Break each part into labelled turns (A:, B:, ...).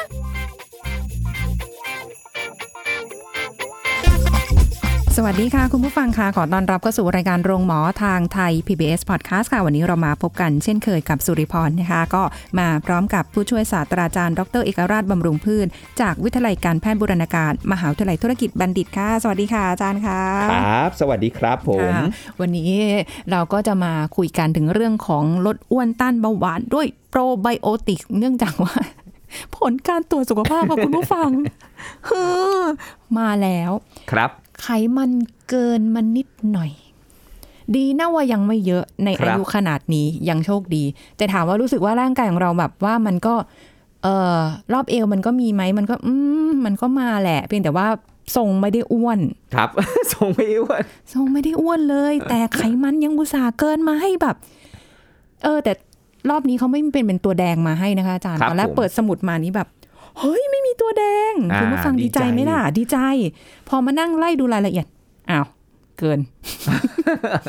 A: ล
B: สวัสดีค่ะ คุณผู้ฟังค่ะขอต้อนรับเข้าสู่รายการโรงหมอทางไทย PBS Podcast ค่ะ วันนี้เรามาพบกันเช่นเคยกับสุริพรนะคะ ก็มาพร้อมกับผู้ช่วยศาสตราจารย์ ดรเอกราชบำรุงพืช จากวิทยาลัยการแพทย์บูรณาการ มหาวิทยาลัยธุรกิจบัณฑิตค่ะ สวัสดีค่ะอาจารย์ค่ะ
C: ครับ สวัสดีครับผม
B: ค่ะวันนี้เราก็จะมาคุยกันถึงเรื่องของลดอ้วนต้านเบาหวานด้วยโปรไบโอติก เนื่องจากว่า ผลการตรวจสุขภาพของคุณผู้ฟัง เฮ้อมาแล้ว
C: ครับ
B: ไขมันเกินมันนิดหน่อย ดีนะว่ายังไม่เยอะใน
C: ครั
B: อา
C: บ
B: ยุขนาดนี้ยังโชคดี แต่ถามว่ารู้สึกว่าร่างกายของเราแบบว่ามันก็ เออรอบเอวมันก็มีไหมมันก็ อืมมันก็มาแหละ เพียงแต่ว่าทรงไม่ได้อ้วน
C: ครับ ส่งไปอ้วน
B: ทรงไม่ได้อ้วน เลย แต่ไขมันยังอุตส่าห์เกินมาให้แบบ เออ แต่รอบนี้เขาไม่เป็นเป็นตัวแดงมาให้นะคะอาจารย์
C: ครับ
B: ตอนแรก
C: ผม
B: เปิดสมุดมานี้แบบ เฮ้ยไม่มีตัวแดง
C: อ่า
B: คุณผู้ฟัง
C: ดี
B: ดีใจ
C: ใจ
B: ไหมล่ะ ดีใจ พอมานั่งไล่ดูรายละเอียดอ้าวเกิน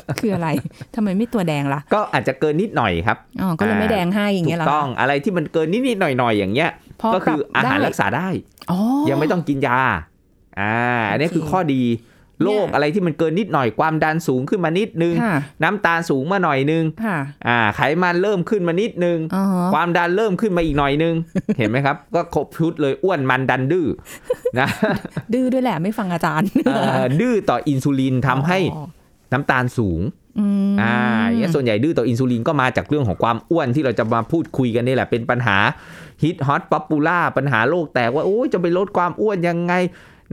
B: คืออะไรทำไมไม่ตัวแดงล่ะ
C: ก็อาจจะเกินนิดหน่อยครับ
B: อ๋อก็เลยไม่แดงให้อย่าง
C: ถู
B: เงี้ย
C: ก
B: เหรอ
C: ต้อง อะไรที่มันเกินนิดนิดๆหน่อยหน่อยๆอย่างเงี้ย
B: พอ
C: ก็คืออาหา
B: ปบ
C: ร
B: ได้
C: รักษาได้
B: อ๋อ
C: ยังไม่ต้องกินยา อ่า อันนี้
B: โอเค
C: คือข้อดี โรค
B: เนี่ย
C: อะไรที่มันเกินนิดหน่อย ความดันสูงขึ้นมานิดนึง
B: ค่ะ
C: น้ำตาลสูงมาหน่อยนึง
B: ค่ะ
C: อ่า ไขมันเริ่มขึ้นมานิดนึง
B: อ๋อ
C: ความดันเริ่มขึ้นมาอีกหน่อยนึง เห็นไหมครับ ก็ครบชุดเลย อ้วนมันดันดื้อ นะ
B: ดื้อด้วยแหละไม่ฟังอาจารย์
C: เอ่อดื้อต่ออินซูลินทำให้
B: อ๋อ
C: น้ำตาลสูง
B: อืม
C: อ่าอย่างเงี้ยส่วนใหญ่ดื้อต่ออินซูลินก็มาจากเรื่องของความอ้วนที่เราจะมาพูดคุยกันนี่แหละ เป็นปัญหาฮิตฮอตป๊อปปูล่าปัญหาโลกแตกว่า โอ้ยจะไปลดความอ้วนยังไง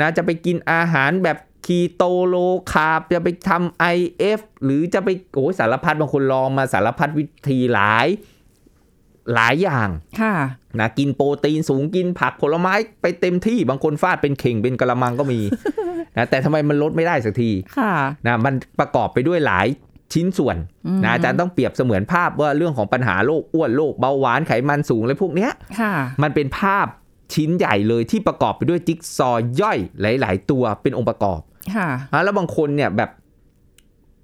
C: นะจะไปกินอาหารแบบคีโตโลคาร์บจะไปทำ IF หรือจะไปโอ้ยสารพัดบางคนลองมาสารพัดวิธีหลาย หลายอย่าง
B: ค่ะ
C: นะกินโปรตีนสูงกินผักผลไม้ไปเต็มที่บางคนฟาดเป็นเข่งเป็นกะละมังก็มี นะแต่ทำไมมันลดไม่ได้สักที
B: ค่ะ
C: นะมันประกอบไปด้วยหลายชิ้นส่วน
B: อืม
C: นะอาจารย์ต้องเปรียบเสมือนภาพว่าเรื่องของปัญหาโรคอ้วนโรคเบาหวานไขมันสูงอะไรพวกเนี้ย
B: ค่ะ
C: มันเป็นภาพชิ้นใหญ่เลยที่ประกอบไปด้วยจิ๊กซอว์ย่อยหลาย ๆ ตัวเป็นองค์ประกอบ
B: ค่ะ
C: อ่ะแล้วบางคนเนี่ยแบบ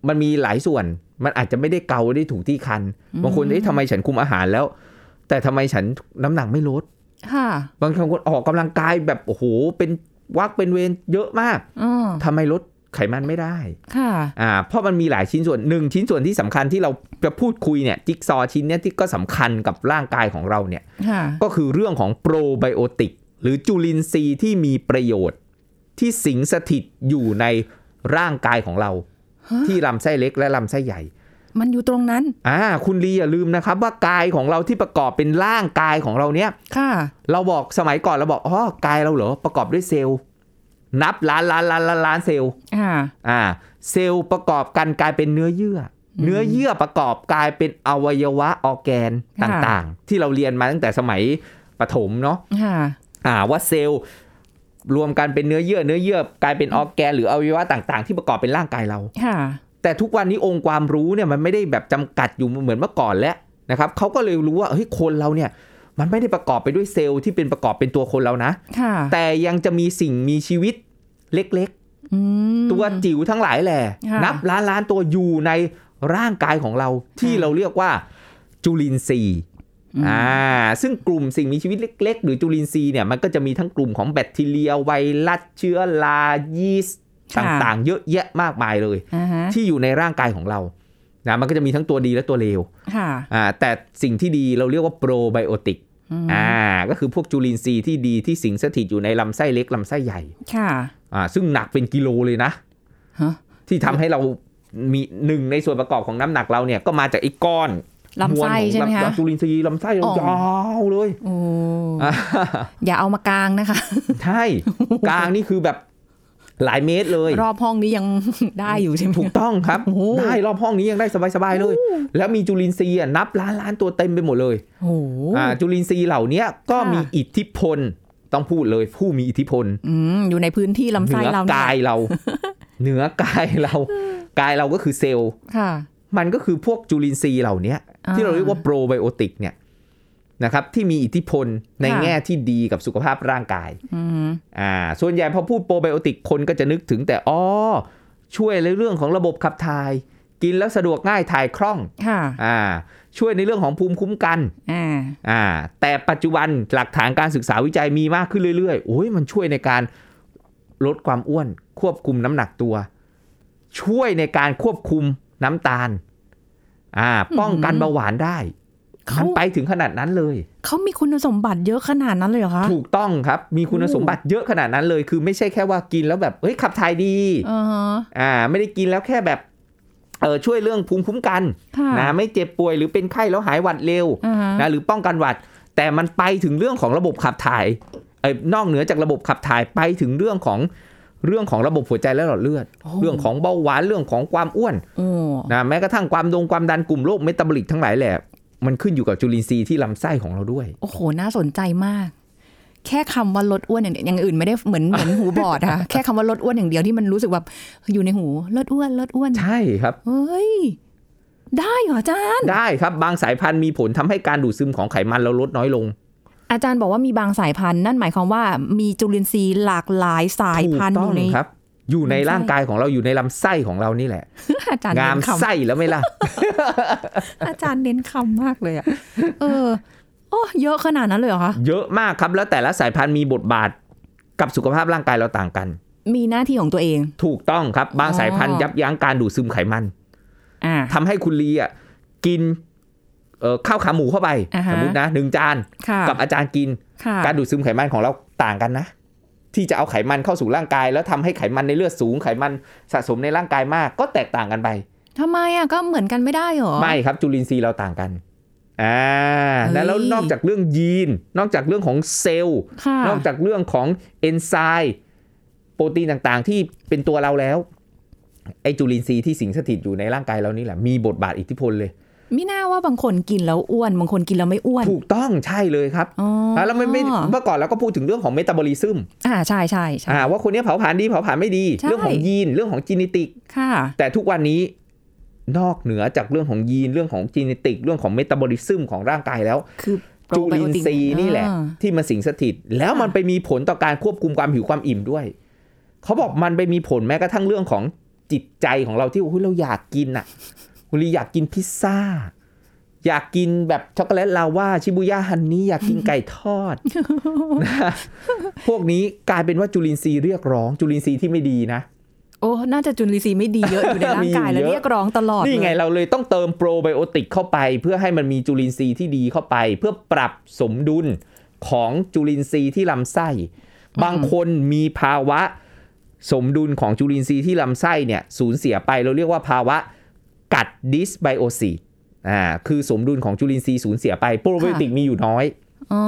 C: มันมีหลายส่วน มันอาจจะไม่ได้เกาได้ถูกที่คัน บางคนเอ๊ะทำไมฉันคุมอาหารแล้ว แต่ทำไมฉันน้ำหนักไม่ลด
B: ค่ะ
C: บางคนออกกำลังกายแบบโอ้โหเป็นวักเป็นเวรเยอะมาก
B: อ๋อ
C: ทำไมลดไขมันไม่ได้
B: ค่ะ
C: อ่าเพราะมันมีหลายชิ้นส่วนหนึ่งชิ้นส่วนที่สำคัญที่เราจะพูดคุยเนี่ยจิ๊กซอว์ชิ้นเนี้ยที่ก็สำคัญกับร่างกายของเราเนี่ย
B: ค่ะ
C: ก็คือเรื่องของโปรไบโอติกหรือจุลินทรีย์ที่มีประโยชน์ ที่สิงสถิตอยู่ในร่างกายของเรา
B: ฮะ
C: ที่ลำไส้เล็กและลำไส้ใหญ่
B: มันอยู่ตรงนั้น
C: อ่าคุณลีอย่าลืมนะครับว่ากายของเราที่ประกอบเป็นร่างกายของเราเนี่ย
B: ค่ะ
C: เราบอกสมัยก่อนเราบอกอ๋อกายเราเหรอประกอบด้วยเซลล์ นับล้านล้านล้านล้านล้านเซลล์
B: ค่ะ
C: อ่าเซลล์ประกอบกันกลายเป็นเนื้อเยื่ออ
B: ม
C: เนื้อเยื่อประกอบกลายเป็นอวัยวะออร์แกนต
B: ค่ะ
C: ่างๆ ที่เราเรียนมาตั้งแต่สมัยปฐมเนาะ
B: ค่ะ
C: อ่าว่าเซลล์รวมกันเป็นเนื้อเยื่อเนื้อเยื่อกลายเป็นออร์แกนหรืออวัยวะต่างๆ ที่ประกอบเป็นร่างกายเรา
B: ค่ะ
C: แต่ทุกวันนี้องค์ความรู้เนี่ยมันไม่ได้แบบจำกัดอยู่เหมือนเมื่อก่อนแล้วนะครับเขาก็เลยรู้ว่าเฮ้ยคนเราเนี่ยมันไม่ได้ประกอบไปด้วยเซลล์ที่เป็นประกอบเป็นตัวคนเรานะ
B: ค่ะ
C: แต่ยังจะมีสิ่งมีชีวิตเล็ก ๆ
B: อืม
C: ตัวจิ๋วทั้งหลายแหละ
B: ค่ะ
C: นับล้านล้านตัวอยู่ในร่างกายของเราที่เราเรียกว่าจุลินทรีย์อ่าซึ่งกลุ่มสิ่งมีชีวิตเล็ก ๆ หรือจุลินทรีย์เนี่ยมันก็จะมีทั้งกลุ่มของแบคทีเรียไวรัสเชื้อรายีสต์
B: ค่ะ
C: ต่างๆ เยอะแยะมากมายเลย
B: อ่าฮะ
C: ที่อยู่ในร่างกายของเรานะมันก็จะมีทั้งตัวดีและตัวเลว
B: ค่ะ
C: อ่าแต่สิ่งที่ดีเราเรียกว่าโปรไบโอติก
B: อืม
C: อ่าก็คือพวกจุลินทรีย์ที่ดีที่สิงสถิตอยู่ในลำไส้เล็กลำไส้ใหญ่
B: ค่ะ
C: อ่าซึ่งหนักเป็นกิโลเลยนะ
B: ฮะ
C: ที่ทำให้เรามีหนึ่งในส่วนประกอบของน้ำหนักเราเนี่ยก็มาจากไอ้ก้อน
B: ลำไส้ใช่ไหม
C: วลข
B: คะ
C: องลำจุลินทรีย์ลำไส้เรา
B: อ๋อ
C: ยาวเลย
B: โอ้อย่าเอามากลางนะคะ
C: ใช่ กลางนี่คือแบบหลายเมตรเลย
B: รอบห้องนี้ยัง ได้อยู่ใช่ไหม
C: ถูกต้องครับ
B: โอ้โห
C: ได้รอบห้องนี้ยังได้สบายๆเลย แล้วมีจุลินทรีย์อะนับล้านล้านตัวเต็มไปหมดเลย
B: โอ้โห
C: อ่าจุลินทรีย์เหล่าเนี้ยก็
B: ค่ะ
C: มีอิทธิพล ต้องพูดเลยผู้มีอิทธิพล
B: อืมอยู่ในพื้นที่ลำ
C: เห
B: ไส้
C: นือ
B: เราเนี่ย
C: กาย เรา เหนือกายเรากายเราก็คือเซลล์
B: ค่ะ
C: มันก็คือพวกจุลินทรีย์เหล่าเนี้ย
B: อ่
C: ที่เราเรียกว่าโปรไบโอติกเนี่ยนะครับที่มีอิทธิพลใน
B: ค่ะ
C: แง่ที่ดีกับสุขภาพร่างกาย
B: อืม
C: อ่าส่วนใหญ่พอพูดโปรไบโอติกคนก็จะนึกถึงแต่อ๋อช่วยในเรื่องของระบบขับถ่าย กินแล้วสะดวกง่ายถ่ายคล่อง
B: ค่ะ
C: อ่าช่วยในเรื่องของภูมิคุ้มกัน
B: อ่า
C: อ่าแต่ปัจจุบันหลักฐานการศึกษาวิจัยมีมากขึ้นเรื่อยๆโอ้ยมันช่วยในการลดความอ้วน ควบคุมน้ำหนักตัว ช่วยในการควบคุมน้ำตาลอ่าป้องกันเบาหวานได้มั
B: เขา
C: นไปถึงขนาดนั้นเลย
B: เขามีคุณสมบัติเยอะขนาดนั้นเลยเหรอคะ
C: ถูกต้องครับ มีคุณสมบัติเยอะขนาดนั้นเลย คือไม่ใช่แค่ว่ากินแล้วแบบเฮ้ยขับถ่ายดี
B: อ่าฮะ
C: อ่าไม่ได้กินแล้วแค่แบบเออช่วยเรื่องภูมิคุ้มกัน
B: ค่ะ
C: นะไม่เจ็บป่วยหรือเป็นไข้แล้วหายหวัดเร็ว
B: อ่าฮะ
C: นะหรือป้องกันหวัด แต่มันไปถึงเรื่องของระบบขับถ่ายเอยนอกเหนือจากระบบขับถ่ายไปถึงเรื่องของเรื่องของระบบหัวใจและหลอดเลือด
B: โ
C: เรื่องของเบาหวานเรื่องของความอ้วน
B: โอ้
C: นะแม้กระทั่งความดงความดันกลุ่มโรคเมตาบอลิกทั้งหลายแหละมันขึ้นอยู่กับจุลินทรีย์ที่ลำไส้ของเราด้วย
B: โอ้โหน่าสนใจมาก แค่คำว่าลดอ้วนอย่างเดียวอย่างอื่นไม่ได้ เหมือนเหมือนหูบอดอะ แค่คำว่าลดอ้วนอย่างเดียวที่มันรู้สึกแบบอยู่ในหูลดอ้วนลดอ้วน
C: ใช่ครับ
B: เฮ้ยได้เหรออาจารย์
C: ได้ครับบางสายพันธุ์มีผลทำให้การดูดซึมของไขมันเราลดน้อยลง
B: อาจารย์บอกว่ามีบางสายพันธุ์นั่นหมายความว่ามีจุลินทรีย์หลากหลายสาย
C: ถูก
B: พันธุ์
C: ต้
B: อ
C: อง
B: ยู่ใน
C: ครับ อยู่ใน
B: ลำไส้
C: ร่างกายของเราอยู่ในลำไส้ของเรานี่แหละ
B: อาจารย์
C: งา
B: เน้
C: ม
B: นค
C: ไส้แล้วไหม่ล่ะ
B: ำอาจารย์เน้นคำมากเลยอะเออโอ้เยอะขนาดนั้นเลยเหรอคะ
C: เยอะมากครับแล้วแต่ละสายพันธุ์มีบทบาทกับสุขภาพร่างกายเราต่างกัน
B: มีหน้าที่ของตัวเอง
C: ถูกต้องครับ บาง
B: อ๋อ
C: สายพันธุ์ยับยั้งการดูดซึมไขมัน
B: อ่า
C: ทำให้คุณลีอ่ะกินเอ่อข้าวขาหมูเข้าไป
B: อ่าฮะ
C: สมมตินะหนึ่งจาน
B: ค่ะ
C: กับอาจารย์กิน
B: ค่ะ
C: การดูดซึมไขมันของเราต่างกันนะ ที่จะเอาไขมันเข้าสู่ร่างกาย แล้วทำให้ไขมันในเลือดสูงไขมันสะสมในร่างกายมาก ก็แตกต่างกันไป
B: ทำไมอะก็เหมือนกันไม่ได้เหรอ
C: ไม่ครับจุลินทรีย์เราต่างกันอ่า
B: เฮ้ย
C: แล้วนอกจากเรื่องยีน นอกจากเรื่องของเซลล์
B: ค่ะ
C: นอกจากเรื่องของเอนไซม์โปรตีนต่างๆ ที่เป็นตัวเราแล้ว ไอจุลินทรีย์ที่สิงสถิตอยู่ในร่างกายเรานี่แหละ มีบทบาทอิทธิพลเลย
B: มิน่าว่าบางคนกินแล้วอ้วนบางคนกินแล้วไม่อ้วน
C: ถูกต้องใช่เลยครับ
B: อ๋อ
C: อ่ะแล้วมันไม่เมื่อก่อนเราก็พูดถึงเรื่องของเมตาบอลิซึม
B: อ่าใช่ใช่ใช่
C: อ่าว่าคนเนี้ยเผาผลาญดีเผาผลาญไม่ดี
B: ใช่
C: เรื่องของยีนเรื่องของจีนิติก
B: ค่ะ
C: แต่ทุกวันนี้นอกเหนือจากเรื่องของยีนเรื่องของจีนิติก เรื่องของเมตาบอลิซึมของร่างกายแล้ว
B: คือ
C: จุลินทรีย์นี่แหละ
B: อ่า
C: ที่มันสิงสถิต แล้วมันไปมีผลต่อการควบคุมความหิวความอิ่มด้วย เขาบอกมันไปมีผลแม้กระทั่งเรื่องของจิตใจของเราที่โอ้ยเราอยากกินอ่ะคุณลีอยากกินพิซซ่า อยากกินแบบช็อกโกแลตลาวาชิบุย่าฮันนี่อยากกินไก่ทอ ดนะพวกนี้กลายเป็นว่าจุลินทรีย์เรียกร้อง จุลินทรีย์ที่ไม่ดีนะ
B: โอ้ น่าจะจุลินทรีย์ไม่ดีเยอะ อยู่ในร่า
C: มี
B: ง
C: อยู่
B: กายแล้ว
C: เยอะ
B: เรียกร้องตลอด
C: นี่ไง
B: เลย
C: เราเลยต้องเติมโปรไบโอติกเข้าไป เพื่อให้มันมีจุลินทรีย์ที่ดีเข้าไป เพื่อปรับสมดุลของจุลินทรีย์ที่ลำไส้ บางคนมีภาวะสมดุลของจุลินทรีย์ที่ลำไส้เนี่ยสูญเสียไปเราเรียกว่าภาวะกัดดิสไบโอซีอ่าคือสมดุลของจุลินทรีย์สูญเสียไปโปรไบโอติกมีอยู่น้อย
B: อ๋อ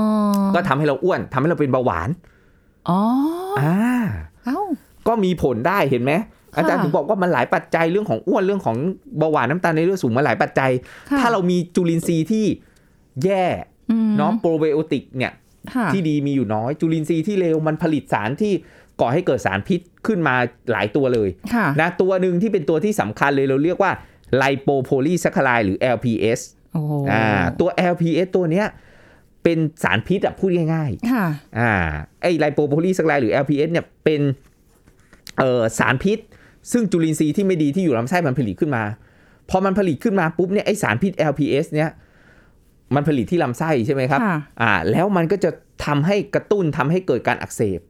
C: ก็ทำให้เราอ้วนทำให้เราเป็นเบาหวาน
B: อ๋อ
C: อ่า
B: เอ้า
C: ก็มีผลได้เห็นไหมอาจารย์ถึงบอกว่ามันหลายปัจจัยเรื่องของอ้วนเรื่องของเบาหวานน้ำตาลในเลือดสูงมันหลายปัจจัย
B: ค่ะ
C: ถ้าเรามีจุลินทรีย์ที่แย่
B: อืม
C: เน้องโปรไบโอติกเนี่ย
B: ค่ะ
C: ที่ดีมีอยู่น้อย จุลินทรีย์ที่เลวมันผลิตสารที่ก่อให้เกิดสารพิษขึ้นมาหลายตัวเลย
B: ค่ะ
C: นะตัวหนึ่งที่เป็นตัวที่สำคัญเลยเราเรียกว่าไลโปโพลีซัคคลายหรือ LPS
B: โอ้โห
C: อ่าตัว LPS ตัวเนี้ยเป็นสารพิษอะพูดง่ายๆ
B: ค่ะ
C: อ่าไอไลโปโพลีสกไลหรือ LPS เนี่ยเป็นเอ่อสารพิษ ซึ่งจุลินทรีย์ที่ไม่ดีที่อยู่ลำไส้มันผลิตขึ้นมา พอมันผลิตขึ้นมาปุ๊บเนี่ยไอสารพิษ LPS เนี่ยมันผลิตที่ลำไส้ใช่ไหมครับ
B: ค่ะ
C: อ่าแล้วมันก็จะทำให้กระตุ้นทำให้เกิดการอักเสบ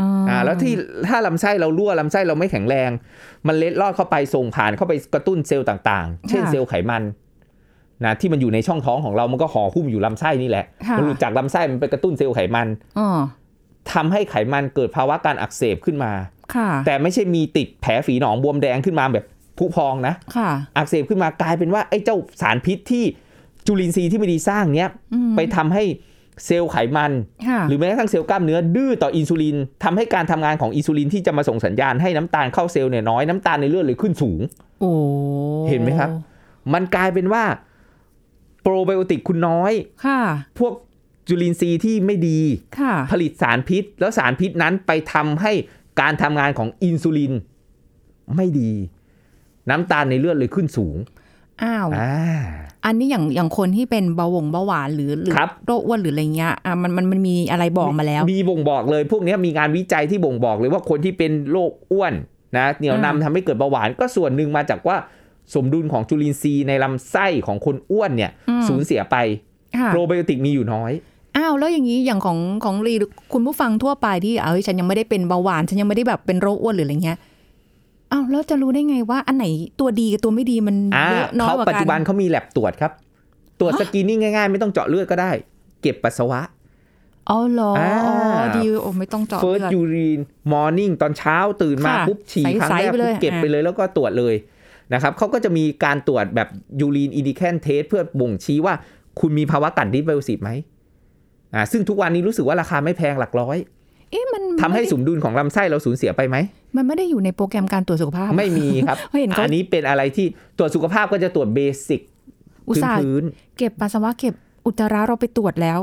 B: อ๋ออ
C: อ่าแล้วที่ถ้าลำไส้เรารั่วลำไส้เราไม่แข็งแรง มันเล็ดลอดเข้าไปส่งผ่านเข้าไปกระตุ้นเซลล์ต่างๆ เช่นเซลล์ไขมันนะที่มันอยู่ในช่องท้องของเรามันก็ห่อหุ้มอยู่ลำไส้นี่แหละมันหลุดจากลำไส้มันไปกระตุ้นเซลล์ไขมัน
B: อ๋อ
C: ทำให้ไขมันเกิดภาวะการอักเสบขึ้นมา
B: ค่ะ
C: แต่ไม่ใช่มีติดแผลฝีหนองบวมแดงขึ้นมาแบบผุพองนะ
B: ค่ะ
C: อักเสบขึ้นมากลายเป็นว่าไอ้เจ้าสารพิษที่จุลินทรีย์ที่ไม่ดีสร้างเนี้ย
B: อืม
C: ไปทำให้เซลล์ไขมัน
B: ค่ะ
C: หรือแม้กระทั่งเซลล์กล้ามเนื้อดื้อต่ออินซูลินทำให้การทำงานของอินซูลินที่จะมาส่งสัญญาณให้น้ำตาลเข้าเซลล์เนี่ยน้อยน้ำตาลในเลือดเลยขึ้นสูง
B: โอ้
C: เห็นไหมครับ มันกลายเป็นว่าโปรไบโอติกคุณน้อย
B: ค่ะ
C: พวก จุลินทรีย์ที่ไม่ดี
B: ค่ะ
C: ผลิตสารพิษ แล้วสารพิษนั้นไปทำให้การทำงานของอินซูลินไม่ดี น้ำตาลในเลือดเลยขึ้นสูง
B: อ้าว
C: อ่า
B: อันนี้อย่างอย่างคนที่เป็นเบาหวงเบาหวานหรือหรือ
C: ครับ
B: โรคอ้วนหรืออะไรเงี้ยอ่ะมันมันมันมีอะไรบอกมาแล้ว
C: มีบ่งบอกเลย พวกเนี้ยมีงานวิจัยที่บ่งบอกเลยว่าคนที่เป็นโรคอ้วนนะเหนียวนำ
B: อืม
C: ทำให้เกิดเบาหวาน ก็ส่วนหนึ่งมาจากว่าสมดุลของจุลินทรีย์ในลำไส้ของคนอ้วนเนี่ย
B: อืม
C: สูญเสียไป
B: ค่ะ
C: โปรไบโอติกมีอยู่น้อย
B: อ้าวแล้วอย่างนี้อย่างของของรีหรือคุณผู้ฟังทั่วไปที่เอ้ยฉันยังไม่ได้เป็นเบาหวานฉันยังไม่ได้แบบเป็นโรคอ้วนหรืออะไรเงี้ยอ้าวแล้วจะรู้ได้ไงว่าอันไหนตัวดีกับตัวไม่ดีมัน
C: อ่า
B: เยอะน้อย
C: เขา
B: กว่า
C: ปัจ
B: กั
C: จุบัน
B: น
C: เขามีแลบตรวจครับ ตรวจ
B: ฮะ
C: สกรีนนิ่งง่ายๆ ไม่ต้องเจาะเลือดก็ได้ เก็บปัสสาวะ
B: อ๋อเหรออ๋ออา ดีโอ้ไม่ต้องเจาะ
C: เฟิร์ส
B: เลือด
C: ยูรีนมอร์นิ่งตอนเช้าตื่นมา
B: ค่ะ
C: ปุ๊บฉี่ครั้ง
B: ใสๆ
C: แรก
B: ไปเลย
C: ปุ๊บเก็บ
B: อ่ะ
C: ไปเลยแล้วก็ตรวจเลยนะครับเขาก็จะมีการตรวจแบบยูรีนอินดิแคนเทสเพื่อบ่งชี้ว่าคุณมีภาวะกันดิสไบโอซิสไหมอ่าซึ่งทุกวันนี้รู้สึกว่าราคาไม่แพงหลักร้อย
B: เอ๊ะมัน
C: ทำให้
B: ไม่ได้
C: สมดุลของลำไส้เราสูญเสียไปไหม
B: มันไม่ได้อยู่ในโปรแกรมการตรวจสุขภาพ
C: ไม่มีครับ
B: เห็นเขา
C: อันนี้เป็นอะไรที่ตรวจสุขภาพก็จะตรวจเบสิก
B: อุตส่าห์
C: พื้นๆ
B: เก็บปัสสาวะเก็บอุจจาระเราไปตรวจแล้ว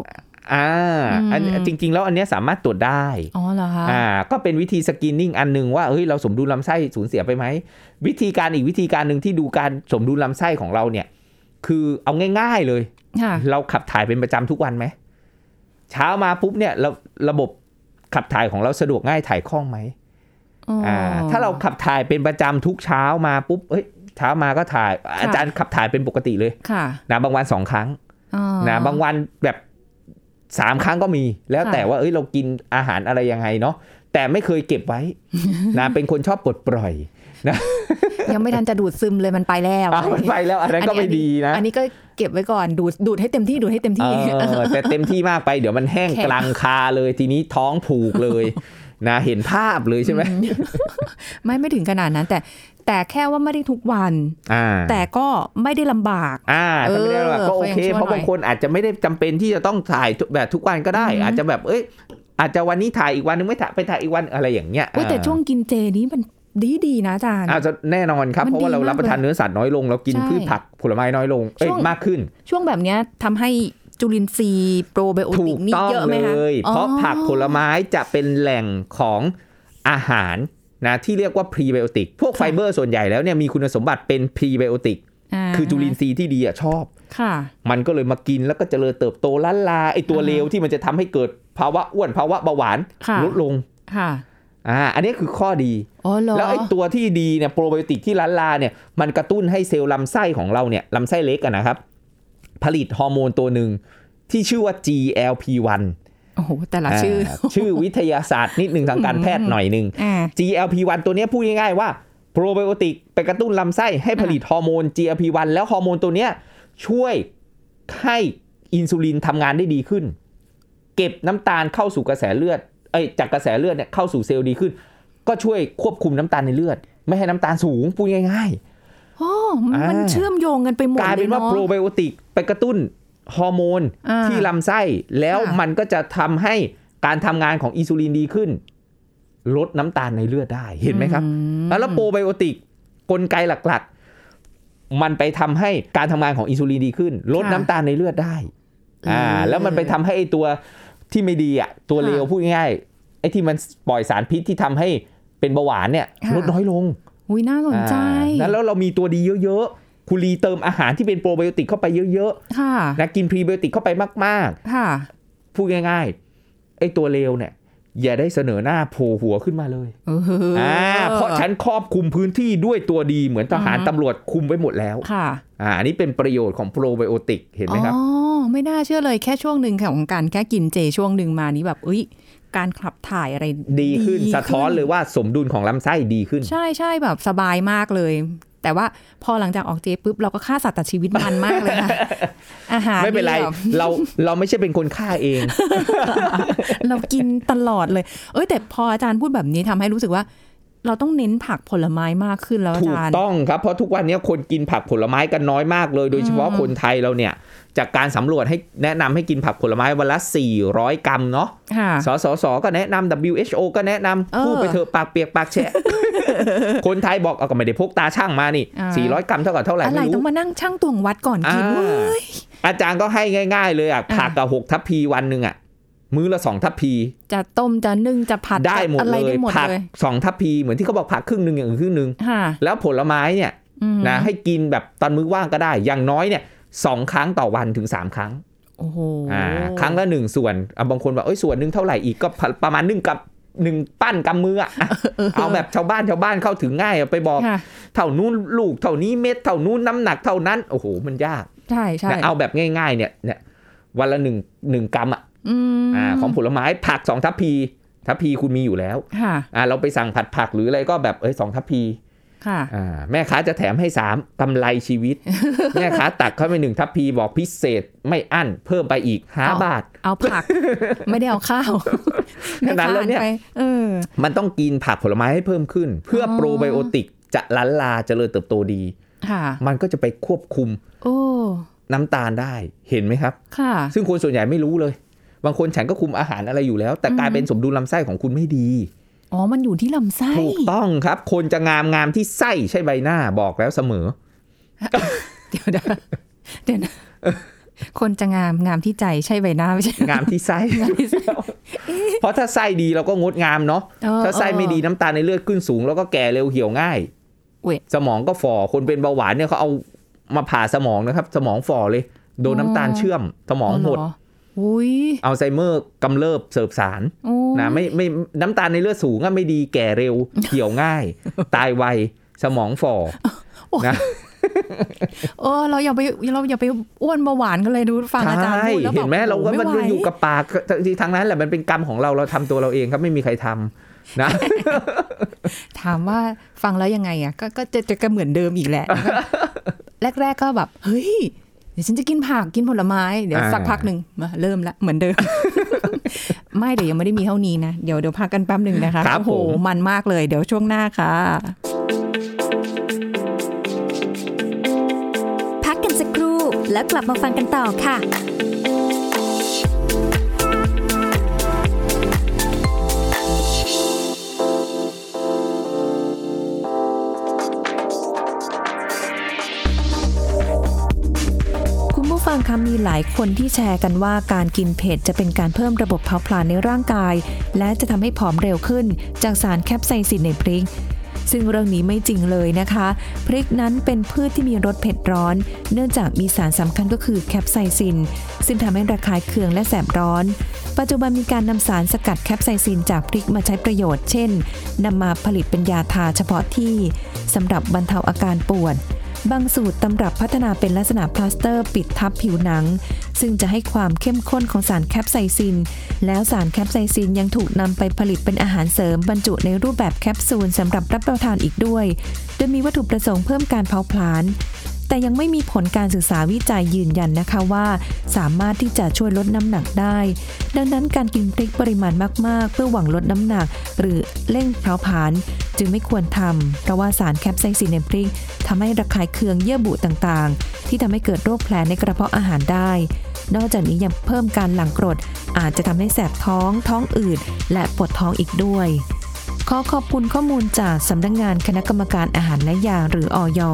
C: อ่าอัน
B: อืม
C: จริง ๆ แล้วอันเนี้ยสามารถตรวจได้
B: อ๋อเหรอคะ
C: อ่าก็เป็นวิธีสกรีนนิ่งอันหนึ่งว่าเฮ้ยเราสมดุลลำไส้สูญเสียไปไหม วิธีการอีกวิธีการหนึ่งที่ดูการสมดุลลำไส้ของเราเนี่ย คือเอาง่าย ๆเลย
B: ค่ะ
C: เราขับถ่ายเป็นประจำทุกวันไหมเช้ามาปุ๊บเนี่ยระระบบขับถ่ายของเราสะดวกง่ายถ่ายคล่องไหมอ่าถ้าเราขับถ่ายเป็นประจำทุกเช้ามาปุ๊บเอ้ยเช้ามาก็ถ่าย อาจารย์ขับถ่ายเป็นปกติเลย
B: ค่ะ
C: นะบางวันสองครั้ง
B: อ๋อ
C: นะบางวันแบบสามครั้งก็มี แล้วแต่
B: ค่ะ
C: ว่าเอ้ยเรากินอาหารอะไรยังไงเนาะแต่ไม่เคยเก็บ ไว้ นะเป็นคนชอบปลดปล่อย
B: ยังไม่ทันจะดูดซึมเลยมันไปแล้ว
C: อ้าวมันไปแล้วอันนั้นก็ไม่ดีนะ
B: อันนี้ก็เก็บไว้ก่อนดูดดูดให้เต็มที่ดูดให้เต็ม
C: เอ
B: ที่
C: อแต่เต็มที่มากไปเดี๋ยวมันแห้ง
B: แข็ง
C: กลางคาเลยทีนี้ท้องผูกเลย นะเห็นภาพเลยใช่ไหม
B: ไม่ไม่ถึงขนาดนั้น แต่แต่แค่ว่าไม่ได้ทุกวัน
C: อ่า
B: แต่ก็ไม่ได้ลำบาก
C: อ่าถ้าไม่ได้หรอก
B: เออ
C: ก็โอเค
B: ก็ยังชั่วหน่อย
C: เพราะบางคนอาจจะไม่ได้จำเป็นที่จะต้องถ่ายแบบทุกวันก็ได้
B: อืม
C: อาจจะแบบเอ้ยอาจจะวันนี้ถ่ายอีกวันนึงไม่ถ่ายไปถ่ายอีกวันอะไรอย่างเงี้ย
B: เว้ยแต่
C: อ่า
B: ช่วงกินเจนี้มันดีดีๆนะอาจารย์
C: อาจจะแน่นอนครับ
B: มัน
C: เพราะว่าเรา
B: ดีมาก
C: รับประทานเนื้อสัตว์น้อยลง เรากิน
B: ใช่
C: พืชผักผลไม้น้อยลงเอ้ย
B: ช่วง
C: มากขึ้น
B: ช่วงแบบเนี้ยทำให้จุลินทรีย์โปรไบโอ
C: ถู
B: ติก
C: ก
B: นี่
C: ต้อง
B: เยอะไหม
C: เล
B: คะ
C: ย เพราะผักผลไม้จะเป็นแหล่งของอาหารนะที่เรียกว่าพรีไบโอติกพวกไฟเบอร์ส่วนใหญ่แล้วเนี่ยมีคุณสมบัติเป็นพรีไบโอติก
B: า
C: คือจุลินทรีย์ที่ดีอ่ะชอบ
B: ค่ะ
C: มันก็เลยมากินแล้วก็เจริญเติบโตล้านลาไอตัว
B: อ่า
C: เลวที่มันจะทำให้เกิดภาวะอ้วนภาวะเบาหวาน
B: ค่ะ
C: ลดลง
B: ค่ะ
C: อ่าอันนี้คือข้อดี
B: อ๋อเหรอ
C: แล้วไอ้ตัวที่ดีเนี่ยโปรไบโอติกที่ล้านลาเนี่ยมันกระตุ้นให้เซลล์ลำไส้ของเราเนี่ยลำไส้เล็กอะนะครับ ผลิตฮอร์โมนตัวหนึ่งที่ชื่อว่า GLP-1
B: โอ้โหแต่ละชื่อ
C: อ่าชื่อวิทยาศาสตร์นิดหนึ่งทางการแพทย์หน่อยหนึ่ง
B: อ่า
C: GLP-1 ตัวเนี้ยพูดง่ายๆว่าโปรไบโอติกไปกระตุ้นลำไส้ให้ผลิตฮอร์โมน GLP-1 แล้วฮอร์โมนตัวเนี้ยช่วยให้อินซูลินทำงานได้ดีขึ้น เก็บน้ำตาลเข้าสู่กระแสเลือดเอ้ยจากกระแสเลือดเนี่ยเข้าสู่เซลล์ดีขึ้น ก็ช่วยควบคุมน้ำตาลในเลือด ไม่ให้น้ำตาลสูงพูดง่าย
B: โอ้มัน
C: อ่า
B: เชื่อมโยงกันไปหมด
C: ๆกลาย
B: เล
C: เป็
B: ย
C: นว่า
B: เนาะ
C: โปรไบโอติกไปกระตุ้นฮอร์โมน
B: อ่า
C: ที่ลำไส้แล้ว
B: ค่ะ
C: มันก็จะทำให้การทำงานของอินซูลินดีขึ้น ลดน้ำตาลในเลือดได้เห็นไหมครับ
B: อืม
C: แล้วโปรไบโอติกกลไกหลักๆ มันไปทำให้การทำงานของอินซูลินดีขึ้น ลด
B: ค่ะ
C: น้ำตาลในเลือดได้ อ่า
B: เออ
C: แล้วมันไปทำให้ไอ้ตัวที่ไม่ดีอ่ะ ตัว
B: ค่ะ
C: เลวพูดง่ายๆ ไอ้ที่มันปล่อยสารพิษที่ทำให้เป็นเบาหวานเนี่ย
B: ค่ะ
C: ลดน้อยลง
B: อุ้ยน่าสนใจ
C: อ่านั้นแล้วเรามีตัวดีเยอะๆ คุณรีเติมอาหารที่เป็นโปรไบโอติกเข้าไปเยอะ
B: ค่ะ
C: ๆ นะกินพรีไบโอติกเข้าไปมาก
B: ค่ะ
C: ๆ พูดง่ายๆ ไอ้ตัวเลวเนี่ย อย่าได้เสนอหน้าโผล่หัวขึ้นมาเลย
B: เอออ
C: อ่าเพราะฉันครอบคลุมพื้นที่ด้วยตัวดีเหมือนทหาร
B: อ่าฮะ
C: ตำรวจคุมไว้หมดแล้ว
B: ค่ะ
C: อ่าอันนี้เป็นประโยชน์ของโปรไบโอติกเห็นไหมครับ
B: อ๋อ ไม่น่าเชื่อเลยแค่ช่วงหนึ่งค่ะของการแค่กินเจช่วงหนึ่งมานี้แบบอุ้ยการขับถ่ายอะไร
C: ดีขึ้นสะท้อน
B: ขึ้
C: เลยว่าสมดุลของลำไส้ดีขึ้น
B: ใช่ใช่แบบสบายมากเลย แต่ว่าพอหลังจากออกเจปุ๊บเราก็ฆ่าสัตว์ตัดชีวิตมันมาก เลยนะ อาหาร
C: ไม่เป็นไร
B: แบบ
C: เราเราไม่ใช่เป็นคนฆ่าเอง
B: เรากินตลอดเลย เอ้ยแต่พออาจารย์พูดแบบนี้ทำให้รู้สึกว่า เราต้องเน้นผักผลไม้มากขึ้นแล้วอา
C: ถูก
B: จารย์
C: ต้องครับ เพราะทุกวันนี้คนกินผักผลไม้กันน้อยมากเลย โดยเฉพาะคนไทยเราเนี่ย จากการสำรวจให้แนะนำให้กินผักผลไม้วันละ 400 กรัมเนาะ
B: ค่ะ
C: สสสก็แนะนำ WHO ก็แนะนำ
B: เออ
C: พูดไปเถอะปากเปียกปาก แฉะ คนไทยบอกเอาก็ไม่ได้พกตาช่างมานี่
B: อ่า
C: 400 กรัมเท่ากับเท่าไหร่
B: อะไร
C: ไม่รู้
B: ต้องมานั่งช่างตวงวัดก่อนกิน
C: อ่า
B: เว้ย
C: อาจารย์ก็ให้ง่าย ๆ เลยอ่ะ
B: อ่า
C: ผักกับหกทัพพีวันหนึ่งอ่ะมื้อละสองทัพพี
B: จะต้มจะนึ่งจะผัด
C: ได้หมด
B: อะไร
C: เล
B: ได้
C: ย
B: หมด
C: ผัก
B: เลย
C: สองทัพพีเหมือนที่เขาบอกผักครึ่งหนึ่งอย่างอื่นครึ่งหนึ่ง
B: ค่ะ
C: แล้วผลไม้เนี่ย
B: อืม
C: นะให้กินแบบตอนมื้อว่างก็ได้ อย่างน้อยเนี่ยสองครั้งต่อวันถึงสามครั้ง
B: โอ้โห
C: อ่าครั้งละหนึ่งส่วนอ่ะบางคนบอกเอ้ยส่วนหนึ่งเท่าไหร่อีกก็ประมาณหนึ่งกับหนึ่งปั้นกำมื ออ่ะเอาแบบชาวบ้านชาวบ้านเข้าถึงง่ายอ่ะไปบอก
B: ค่ะ
C: เท่านู้นลูกเท่านี้เม็ดเท่านู้นน้ำหนักเท่านั้น โอ้โหมันยาก
B: ใช่ใช่
C: นะเอาแบบง่ายๆเนี่ยเนี่ยวันละหนึ่งหนึ่งกรัมอ่ะ
B: อืม
C: อ่าของผลไม้ผักสองทัพพีทัพพีคุณมีอยู่แล้ว
B: ค่ะ
C: อ่าเราไปสั่งผัดผักหรืออะไรก็แบบเอ้ยสองทัพพี
B: ค่ะ
C: อ่าแม่ค้าจะแถมให้สามกำไรชี วิต แม่ค้าตักเข้าไปหนึ่งทัพพีบอกพิเศษไม่อั้นเพิ่มไปอีกห้า
B: เอา
C: บาท
B: เอาผัก ไม่ได้เอาข้าว
C: ขนาดนั้นแล้วเนี่ย
B: ไม่ทไปเออ
C: มันต้องกินผักผลไม้ให้เพิ่มขึ้น เพื่ออ
B: อ
C: โปรไบโอติกจะล้านลาเจริญเติบโตดี
B: ค่ะ
C: มันก็จะไปควบคุม
B: โอ้
C: น้ำตาลได้เห็นไหมครับ
B: ค่ะ
C: ซึ่งคนส่วนใหญ่ไม่รู้เลย บางคนฉันก็คุมอาหารอะไรอยู่แล้ว แต่กลายเป็นสมดุลลำไส้ของคุณไม่ดี
B: อ๋อ มันอยู่ที่ลำไส้
C: ถูกต้องครับ คนจะงามงามที่ไส้ใช่ใบหน้าบอกแล้วเสมอ
B: เดี๋ยว นะเดี๋ยวนะคนจะงามงามที่ใจใช่ใบหน้าไม่ใช่
C: งามที่ไส้
B: งามที่
C: เพราะถ้าไส้ดีเราก็งดงามเนาะ
B: เออ
C: ถ้าไส้ไม่ดี
B: เออ
C: น้ำตาลในเลือดขึ้นสูง แล้วก็แก่เร็วเหี่ยวง่าย
B: อุ๊ย
C: สมองก็ฝ่อคนเป็นเบาหวานเนี่ยเขาเอามาผ่าสมองนะครับ สมองฝ่อเลย โดนน้ำตาลเชื่อม สมองหด
B: เรอุ้ย
C: อัลไซเมอร์กำเริบเสบสาร
B: โอ้ย
C: นะไม่ไม่น้ำตาลในเลือดสูงอะไม่ดีแก่เร็ว เหี่ยวง่าย ตายไวสมองฝ่อนะ
B: เออเราอย่าไปเราอย่าไปอ้วนเบาหวานกันเลยดูฟังอาจารย์พูดแล้ว
C: เห็นไหม
B: แบบ
C: เราก็
B: โอ้โ
C: มันอยู่กับปากทางนั้นแหละมันเป็นกรรมของเราเราทำตัวเราเองครับไม่มีใครทำนะ
B: ถามว่าฟังแล้วยังไงอ่ะก็ก็จะจะก็เหมือนเดิมอีกแหละ แรก ๆ ก็แบบ เฮ้ย เดี๋ยวฉันจะกินผักกินผลไม้ เดี๋ยว
C: อ่า
B: สักพักหนึ่งมาเริ่มละเหมือนเดิม ไม่เดี๋ยวยังไม่ได้มีเท่านี้นะ เดี๋ยวเดี๋ยวพักกันแป๊บหนึ่งนะคะ
C: ครับ
B: โอ้โห
C: ผม
B: มันมากเลย เดี๋ยวช่วงหน้าค่ะ
A: พักกันสักครู่แล้วกลับมาฟังกันต่อค่ะ
D: คุณผู้ฟังคะมีหลายคนที่แชร์กันว่าการกินเผ็ดจะเป็นการเพิ่มระบบเผาผลาญในร่างกาย และจะทำให้ผอมเร็วขึ้น จากสารแคปไซซินในพริก ซึ่งเรื่องนี้ไม่จริงเลยนะคะ พริกนั้นเป็นพืชที่มีรสเผ็ดร้อน เนื่องจากมีสารสำคัญก็คือแคปไซซิน ซึ่งทำให้ระคายเคืองและแสบร้อน ปัจจุบันมีการนำสารสกัดแคปไซซินจากพริกมาใช้ประโยชน์ เช่นนำมาผลิตเป็นยาทาเฉพาะที่สำหรับบรรเทาอาการปวด บางสูตรตำรับพัฒนาเป็นลักษณะพลาสเตอร์ปิดทับผิวหนัง ซึ่งจะให้ความเข้มข้นของสารแคปไซซิน แล้วสารแคปไซซินยังถูกนำไปผลิตเป็นอาหารเสริมบรรจุในรูปแบบแคปซูลสำหรับรับประทานอีกด้วย โดยมีวัตถุประสงค์เพิ่มการเผาผลาญ แต่ยังไม่มีผลการศึกษาวิจัยยืนยันนะคะว่า สามารถที่จะช่วยลดน้ำหนักได้ ดังนั้นการกินพริกปริมาณมาก ๆ เพื่อหวังลดน้ำหนัก หรือเร่งเผาผลาญจึงไม่ควรทำเพราะว่าสารแคปไซซินในพริกทำให้ระคายเคืองเยื่อบุต่างๆ ที่ทำให้เกิดโรคแผลในกระเพาะอาหารได้ นอกจากนี้ยังเพิ่มการหลั่งกรด อาจจะทำให้แสบท้อง ท้องอืดและปวดท้องอีกด้วย ขอขอบคุณข้อมูลจากสำนักงานคณะกรรมการอาหารและยาหรืออยอ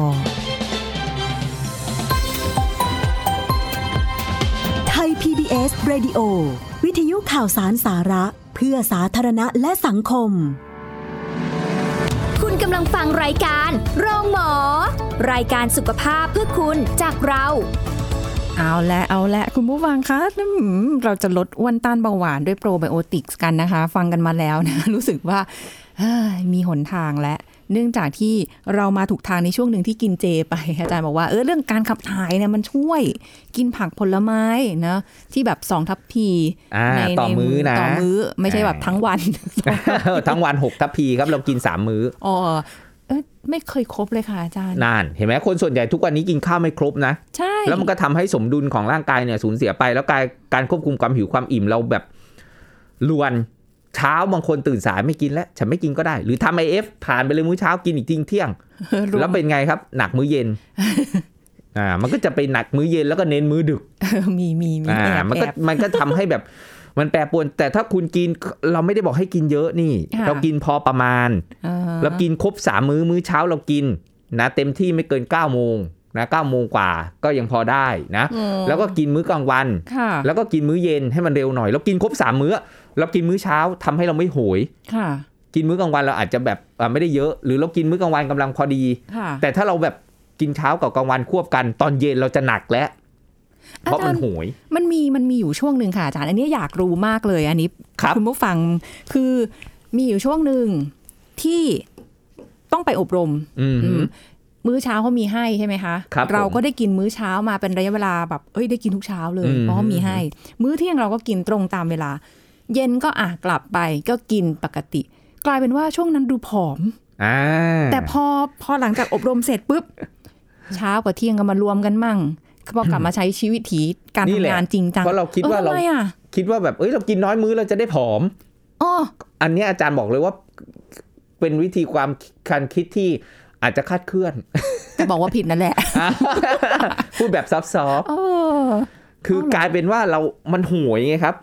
E: ไทย PBS Radio วิทยุข่าวสารสาระ เพื่อสาธารณะและสังคม
A: คุณกำลังฟังรายการโรงหมอ รายการสุขภาพเพื่อคุณจากเรา
B: เอาละเอาละคุณผู้ฟังคะอืมเราจะลดอ้วนต้านเบาหวานด้วยโปรไบโอติกส์กันนะคะ ฟังกันมาแล้วนะ รู้สึกว่าเฮ้ยมีหนทางและ เนื่องจากที่เรามาถูกทางในช่วงหนึ่งที่กินเจไป อาจารย์บอกว่าเออเรื่องการขับถ่ายเนี่ยมันช่วยกินผักผลไม้นะที่แบบสองทัพพี
C: อ่า
B: ใน
C: ต่อมื้อนะ
B: ต่อมื้อไม่ใช่แบบ
C: อ่า
B: ทั้งวัน
C: ทั้งวันหกทัพพีครับเรากินสามมื้อ
B: อ๋อเอ้ยไม่เคยครบเลยค่ะอาจารย์
C: นานเห็นไหมคนส่วนใหญ่ทุกวันนี้กินข้าวไม่ครบนะ
B: ใช่
C: แล้วมันก็ทำให้สมดุลของร่างกายเนี่ยสูญเสียไปแล้วการการควบคุมความหิวความอิ่มเราแบบลวนเช้าบางคนตื่นสายไม่กินแล้ว ฉันไม่กินก็ได้ หรือทำไอเอฟผ่านไปเลยมื้อเช้ากินอีกทิ้งเที่ ยง
B: อ อรม
C: แล้วเป็นไงครับ หนักมื้อเย็ น อ่า มันก็จะไปหนักมื้อเย็นแล้วก็เน้นมื้อดึก
B: มีมีมี
C: อ่า
B: แอบ
C: มันก็
B: แอบ
C: มันก็ทำให้แบบ มันแปรปรวน แต่ถ้าคุณกินเราไม่ได้บอกให้กินเยอะนี่
B: ค่ะ
C: เรากินพอประมาณ
B: เออ
C: เรากินครบสามมื้อมื้อเช้าเรากิน นะ เต็มที่ไม่เกิน9ก้าโมง นะเก้าโมงกว่าก็ยังพอได้นะ
B: อืม
C: แล้วก็กินมื้อกลางวัน
B: ค่ะ
C: แล้วก็กินมื้อเย็นให้มันเร็วหน่อย แล้วกินครบสามมื้อแล้วกินมื้อเช้าทำให้เราไม่โหย
B: ค่ะ
C: กินมื้อกลางวันเราอาจจะแบบอ่ะไม่ได้เยอะ หรือเรากินมื้อกลางวันกำลังพอดี
B: ค่ะ
C: แต่ถ้าเราแบบกินเช้ากับกลางวันควบกัน ตอนเย็นเราจะหนักแล้วเพราะมันโหย
B: มันมีมันมีอยู่ช่วงหนึ่งค่ะอาจารย์อันนี้อยากรู้มากเลยอันนี้
C: ครับ
B: ณผู้ฟังคือมีอยู่ช่วงหนึ่งที่ต้องไปอบรม
C: อืม
B: อืมมื้อเช้าเขามีให้ใช่ไหมคะ
C: ครับ
B: เรา
C: ผม
B: ก็ได้กินมื้อเช้ามาเป็นระยะเวลาแบบ เอ้ยได้กินทุกเช้าเลย
C: อืม
B: เพราะเขามีให้ มื้อเที่ยงเราก็กินตรงตามเวลา เย็นก็อ่ะกลับไปก็กินปกติ กลายเป็นว่าช่วงนั้นดูผอม
C: อ่า
B: แต่พอพอหลังจากอบรมเสร็จปุ๊บ เช้ากับเที่ยงก็มารวมกันมั่งพอกลับมาใช้ชีวิตถีการทำงานจริงจัง
C: เพราะเราคิด
B: อ
C: ว่า
B: อ
C: เรา
B: ทำไมอ่ะ
C: คิดว่าแบบเอ้ยเรากินน้อยมื้อเราจะได้ผอม
B: อ๋อ
C: อันเนี้ยอาจารย์บอกเลยว่าเป็นวิธีความการคิดที่อาจจะคลาดเคลื่อน
B: จะบอกว่าผิดนั่นแหละ
C: พูดแบบซอฟต์
B: เออ
C: ๆคือกลายเป็นว่าเรา มันโหวยไงครับ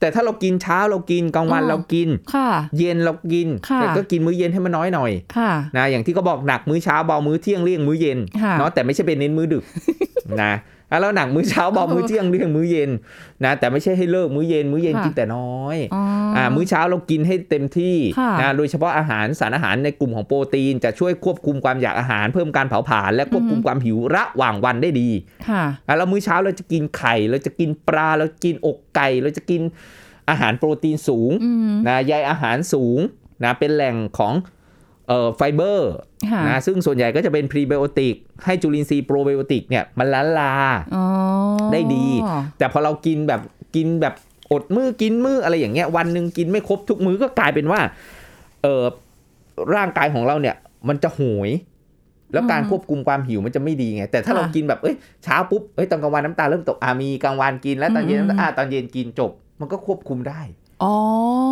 C: แต่ถ้าเรากินเช้าเรากินกลางวัน
B: อ๋อ
C: เรากิน
B: ค่ะ
C: เย็นเรากิน
B: ค่ะ
C: แต่ก็กินมื้อเย็นให้มันน้อยหน่อย
B: ค่ะ
C: นะอย่างที่เขาบอกหนักมื้อเช้าเบามื้อเที่ยงเลี่ยงมื้อเย็น
B: ค่ะ
C: เนาะแต่ไม่ใช่เป็นเน้นมื้อดึ ก นะแล้วหนักมื้อเช้าเบามื้อเที่ยงเลี่ยงมื้อเย็นนะแต่ไม่ใช่ให้เลิกมื้อเย็นมื้อเย็น
B: ค่ะ
C: กินแต่น้อย
B: อ๋ออ
C: อ่ามื้อเช้าเรากินให้เต็มที่
B: ค่ะ
C: นะโดยเฉพาะอาหารสารอาหารในกลุ่มของโปรตีน จะช่วยควบคุมความอยากอาหารเพิ่มการเผาผลาญและควบคุม
B: อือฮึ
C: ความหิวระหว่างวันได้ดี
B: ค่ะ
C: อ่ะแล้วมื้อเช้าเราจะกินไข่ เราจะกินปลาเรากินอกไก่ เราจะกินอาหารโปรตีนสูง
B: อืม
C: นะใยอาหารสูงนะเป็นแหล่งของเอ่อไฟเบอร์
B: ค่ะ
C: นะซึ่งส่วนใหญ่ก็จะเป็นพรีไบโอติกให้จุลินทรีย์โปรไบโอติกเนี่ยมันละลา
B: อ๋อ
C: ได้ดี แต่พอเรากินแบบกินแบบอดมือกินมืออะไรอย่างเงี้ยวันหนึ่งกินไม่ครบทุกมื้อก็กลายเป็นว่าเออร่างกายของเราเนี่ย มันจะโหย แล้วการควบคุมความหิวมันจะไม่ดีไง แต่ถ้าเรากินแบบเอ้ยเช้าปุ๊บเอ้ยตอนกลางวันน้ำตาเริ่มตกอ่ามีกลางวันกินแล้วตอนเย็นน้ำตาอ่าตอนเย็นกินจบ มันก็ควบคุมได้
B: อ๋อ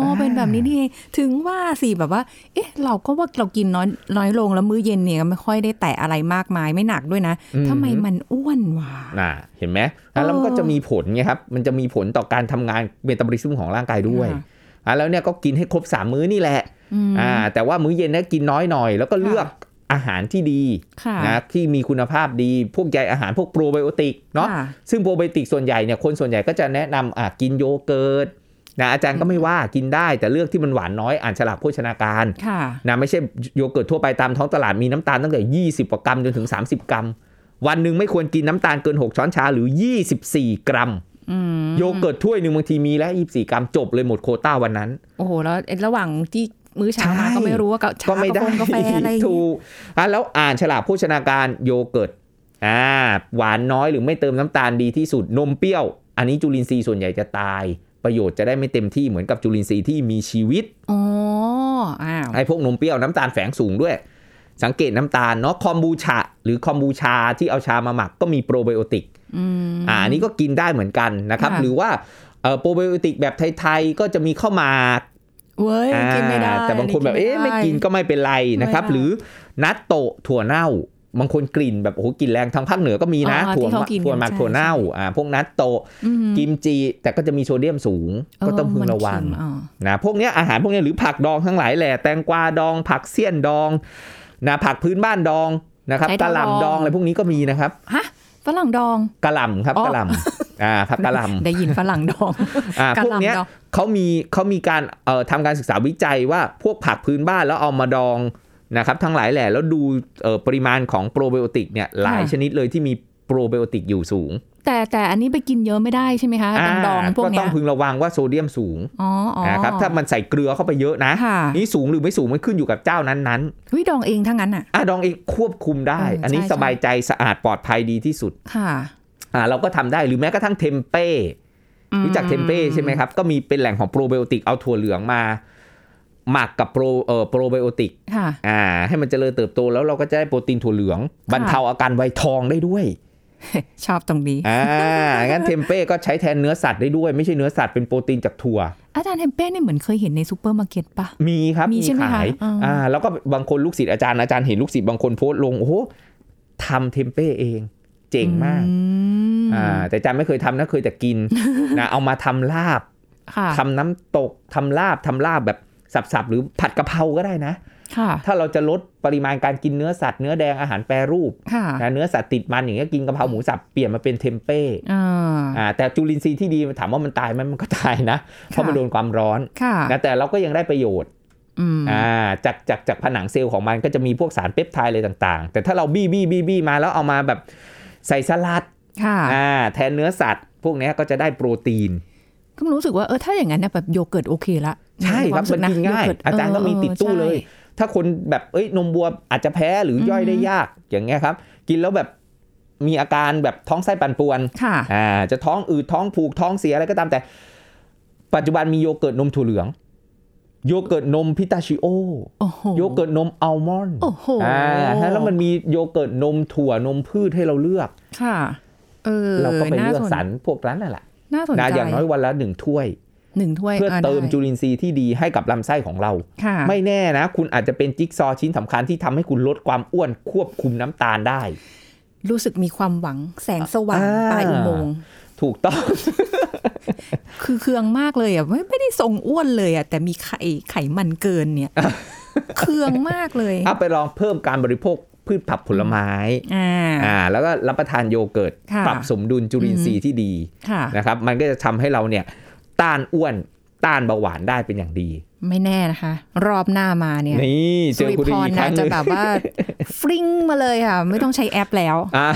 C: อ่า
B: เป็นแบบนี้นี่เองถึงว่าสิแบบว่า เอ๊ะ เราก็ว่าเรากินน้อยน้อยลงแล้วมื้อเย็นเนี่ยไม่ค่อยได้แตะอะไรมากมายไม่หนักด้วยนะทำไมมันอ้วนวะ
C: น่ะเห็นไหมแล้วมันก็จะมีผลไงครับ มันจะมีผลต่อการทำงานเมตาบอลิซึมของร่างกายด้วย
B: ค่ะ
C: อ่ะแล้วเนี่ยก็กินให้ครบสามมื้อนี่แหละ
B: อืม
C: อ่าแต่ว่ามื้อเย็นนะกินน้อยหน่อย แล้วก็เลือก
B: ค่ะ
C: อาหารที่ดี
B: ค่ะ
C: นะที่มีคุณภาพดี พวกใยอาหารพวกโปรไบโอติกเนาะ
B: ค่ะ
C: ซึ่งโปรไบโอติกส่วนใหญ่เนี่ยคนส่วนใหญ่ก็จะแนะนำอ่ะกินโยเกิร์ตนะอาจารย์ก็ไม่ว่ากินได้ แต่เลือกที่มันหวานน้อยอ่านฉลากโภชนาการ
B: ค่ะ
C: นะไม่ใช่โยเกิร์ตทั่วไปตามท้องตลาดมีน้ำตาลตั้งแต่ 20กว่ากรัมจนถึง 30 กรัม วันหนึ่งไม่ควรกินน้ำตาลเกิน 6 ช้อนชาหรือ 24 กรัม
B: อืม
C: โยเกิร์ตถ้วยหนึ่งบางทีมีแล้ว24 กรัมจบเลยหมดโควต้าวันนั้น
B: โอ้โห แล้วระหว่างที่มื้อเช้ามา
C: ใช่
B: ก็ไม่รู้ว่ากับชา
C: ก็ไม่ได้
B: กาแฟกาแฟอะไรอย่าง
C: ถู
B: งี้
C: กอ่ะแล้วอ่านฉลากโภชนาการโยเกิร์ตอ่าหวานน้อยหรือไม่เติมน้ำตาลดีที่สุดนมเปรี้ยว อันนี้จุลินทรีย์ส่วนใหญ่จะตาย ประโยชน์จะได้ไม่เต็มที่เหมือนกับจุลินทรีย์ที่มีชีวิต
B: อ๋อ อ้าว
C: ไอ้พวกนมเปรี้ยวน้ำตาลแฝงสูงด้วย สังเกตน้ำตาลเนาะคอมบูชาหรือคอมบูชาที่เอาชามาหมักก็มีโปรไบโอติก
B: อืม
C: อ่าอันนี้ก็กินได้เหมือนกันนะครับ
B: ค่ะ
C: หรือว่าเอ่อโปรไบโอติกแบบไทยๆก็จะมีข้าวหมาก
B: เว้ย
C: อ่า
B: กินไม่ได้
C: แต่บางคนแบบเอ๊ะไม่
B: ด้
C: กินก็ไม่เป็นไรนะครับ
B: ไม่ได้
C: หรือนัตโตะถั่วเน่า บางคนกลิ่นแบบโอ้โหกลิ่นแรงทางภาคเหนือก็มีนะ
B: อ๋อ
C: ถั่ว
B: ที่เขากิน
C: ถั่วหมัก
B: ใช่
C: ถั่วเน่าอ่าพวกนัตโตะ
B: อืม
C: กิมจิแต่ก็จะมีโซเดียมสูง ก็ต้องพึงระวัง
B: เออมันเค็มอ๋อ
C: นะพวกเนี้ยอาหารพวกเนี้ยหรือผักดองทั้งหลายแหละแตงกวาดอง ผักเสี้ยนดองนะผักพื้นบ้านดองนะครับกะหล่ำดองอะไรพวกนี้ก็มีนะครับ
B: ฮะฝรั่งดอง
C: กะหล่ำครับ
B: อ๋อ
C: กะหล่ำอ่าผักกะหล่ำ
B: ได้ยินฝรั่งดอง
C: อ่าก
B: ะหล่ำ
C: พวกเนี้ย
B: ดอง
C: เขามีเขามีการเอ่อทำการศึกษาวิจัยว่าพวกผักพื้นบ้านแล้วเอามาดองนะครับทั้งหลายแหล่แล้วดูเอ่อปริมาณของโปรไบโอติกเนี่ยหลาย
B: ค่ะ
C: ชนิดเลยที่มีโปรไบโอติกอยู่สูง
B: แต่แต่อันนี้ไปกินเยอะไม่ได้ใช่ไหมคะ
C: า
B: ดังดองพวก
C: ก็
B: เนี้
C: ต้อยงพึงระวังว่าโซเดียมสูง
B: อ๋ออ๋อ
C: นะครับถ้ามันใส่เกลือเข้าไปเยอะนะ
B: ค่ะ
C: นี่สูงหรือไม่สูงมันขึ้นอยู่กับเจ้านั้น
B: วิดองเองทั้งนั้นอ่ะ
C: ๆอ่ะดองเองควบคุมได้
B: อืม
C: อันนี้
B: ใช่
C: สบายใจสะอาดปลอดภัยดีที่สุด
B: ค่ะ
C: อ่าเราก็ทำได้หรือแม้กระทั่งเทมเป้
B: อืม
C: รู้จักเทมเป้ใช่ไหมครับ ก็มีเป็นแหล่งของโปรไบโอติกเอาถั่วเหลืองมา หมักกับโปรเอ่อโปรไบโอติก
B: ค่ะ
C: อ่าให้มันเจริญเติบโตแล้วเราก็จะได้โปรตีนถั่วเหลือง บรรเทาอาการไวทองได้ด้วย
B: ชอบตรงนี้
C: อ่างั้นเทมเป้ก็ใช้แทนเนื้อสัตว์ได้ด้วย ไม่ใช่เนื้อสัตว์เป็นโปรตีนจากถั่ว
B: อาจารย์เทมเป้เนี่ยเหมือนเคยเห็นในซูเปอร์มาร์เก็ตปะ
C: มีครับ
B: มีใช่ไหมคะ
C: ขาย
B: อ๋ออ่
C: อ่าแล้วก็บางคนลูกศิษย์อาจารย์อาจารย์เห็นลูกศิษย์บางคนโพสต์ลงโอ้โหทำเทมเป้เอง เจ๋งมาก
B: อืม
C: อ่าแต่อาจารย์ไม่เคยทำนะเคยแต่กิ นนะเอามาทำลาบ
B: ค่ะ
C: ทำน้ำตกทำลาบทำลาบแบบสับๆหรือผัดกะเพราก็ได้นะ
B: ค่ะ
C: ถ้าเราจะลดปริมาณการกินเนื้อสัตว์เนื้อแดงอาหารแปรรูป
B: ค่ะ
C: นะเนื้อสัตว์ติดมันอย่างเงี้ยกินกะเพราหมูสับเปลี่ยนมาเป็นเทมเป้
B: อ่า
C: อ่าแต่จุลินทรีย์ที่ดีถามว่ามันตายไหมมันก็ตายนะ เพราะมันโดนความร้อน
B: ค่ะ
C: นะแต่เราก็ยังได้ประโยชน์
B: อืม
C: อ่าจากจากจากผนังเซลล์ของมันก็จะมีพวกสารเปปไทด์อะไรต่างๆ แต่ถ้าเราบี้บี้บี้บี้มาแล้วเอามาแบบใส่สลัด
B: ค่ะ
C: อ่าแทนเนื้อสัตว์ พวกเนี้ยก็จะได้โปรตีน
B: ก็รู้สึกว่าเออถ้าอย่างนั้นนะแบบโยเกิร์ตโอเคละ
C: ใช่
B: ว
C: ครับ
B: สึ
C: มันกินง่าย
B: โเร์ต
C: อาจารย์ก็มีติดตู้เลย
B: ใช่
C: ถ้าคนแบบเอ้ยนมบัวอาจจะแพ้หรือย่อยได้ยากอย่างเงี้ยครับ กินแล้วแบบมีอาการแบบท้องไส้ปั่นป่วน
B: ค่ะ
C: อ่าจะท้องอืดท้องผูกท้องเสียอะไรก็ตามแต่ ปัจจุบันมีโยเกิร์ตนมถั่วเหลือง โยเกิร์ตนมพิตาชิโอ
B: โอ้โห
C: โยเกิร์ตนมอัลมอนด์
B: โอ้โห
C: อ่าแล้วมันมีโยเกิร์ตนมถั่วนมพืชให้เราเลือก
B: ค่ะ เออ
C: เราก็ไป
B: น่
C: เลือก
B: สน
C: สรรพวกนั้นนั่นแหละ
B: น่าสน
C: นะ
B: ใจ
C: อย่างน้อยวันละหนึ่งถ้วย
B: หนึ่งถ้วย
C: เพื่อเติม
B: ได้
C: จุลินทรีย์ที่ดีให้กับลำไส้ของเรา
B: ค่ะ
C: ไม่แน่นะ คุณอาจจะเป็นจิ๊กซอว์ชิ้นสำคัญที่ทำให้คุณลดความอ้วนควบคุมน้ำตาลได้
B: รู้สึกมีความหวังแสงสว่าง
C: อ่า
B: ปลายอุโมงค์
C: ถูก ต้อง
B: คือเคืองมากเลยอ่ะไม่ไม่ได้ทรงอ้วนเลยอ่ะแต่มีไข่ไขมันเกินเนี่ย เคืองมากเลย
C: เอาไปลองเพิ่มการบริโภคพืชผักผลไม้
B: อ่า
C: อ่าแล้วก็รับประทานโยเกิร์ต
B: ค่ะ
C: ปรับสมดุลจุลินทรีย์ที่ดี
B: ค่ะ
C: นะครับ มันก็จะทำให้เราเนี่ยต้านอ้วนต้านเบาหวานได้เป็นอย่างดี
B: ไม่แน่นะคะ รอบหน้ามาเนี่ย
C: นี่เจ
B: สุ
C: อ
B: ริ
C: คุณ
B: พร
C: อีก
B: นะ
C: ครั้งห
B: จะ
C: นึ่ง
B: แบบว่า ฟริ้งมาเลยค่ะ ไม่ต้องใช้แอปแล้ว
C: อ่า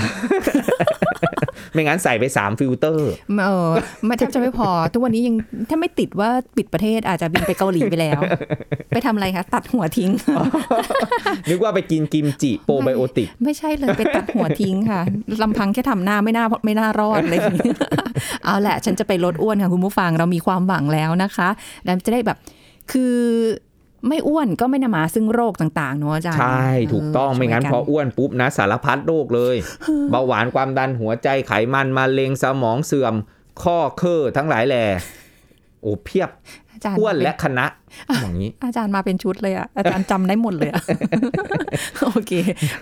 C: ไม่งั้นใส่ไป 3 ฟิลเตอร์
B: เอ อมันแทบจะไม่พอ ทุกวันนี้ยังถ้าไม่ติดว่าปิดประเทศอาจจะบินไปเกาหลีไปแล้ว ไปทำอะไรคะ ตัดหัวทิ้ง
C: นึกว่าไปกินกิมจิโปรไบโอติก
B: ไม่ใช่เลยไปตัดหัวทิ้งค่ะลำพังแค่ทำหน้าไม่น่าไม่น่ารอดเลย เอาแหละ ฉันจะไปลดอ้วนค่ะ คุณผู้ฟังเรามีความหวังแล้วนะคะแล้วจะได้แบบคือไม่อ้วนก็ไม่นำมาซึ่งโรคต่างๆเนาะอาจารย์
C: ใช่ ถูกต้อง
B: เ
C: ไม่งั้น
B: ช่วย
C: พ
B: กั
C: ออ้วนปุ๊บนะสารพัดโรคเลย เบาหวานความดันหัวใจไขมันมาเร็งสมองเสื่อม ข้อเคอทั้งหลายแหล่โอ้เพียบ
B: อาจารย์
C: อ้ว
B: มา
C: น
B: เป็
C: และคณะอย่างนี้
B: อาจารย์มาเป็นชุดเลยอะอาจารย์จำได้หมดเลยอะ โอเค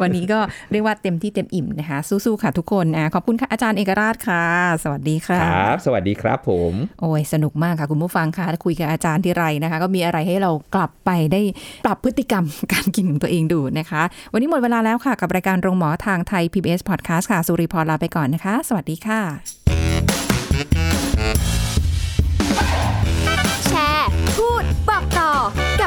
B: วันนี้ก็เรียกว่าเต็มที่เต็มอิ่มนะคะ สู้ๆค่ะทุกคนอ่ะขอบคุณค่ะอาจารย์เอกราชค่ะ สวัสดี
C: ค
B: ค่ะ
C: รับ สวัสดีครับผม
B: โอ้ยสนุกมากค่ะคุณผู้ฟังค่ะคุยกับอาจารย์ที่ไรนะคะ ก็มีอะไรให้เรากลับไปได้ปรับพฤติกรรม การกินของตัวเองดูนะคะ วันนี้หมดเวลาแล้วค่ะ กับรายการโรงหมอทางไทย PBS Podcast ค่ะ สุริพรลาไปก่อนนะคะ สวัสดีค่ะ
A: แชร์ พูด บอกต่อกั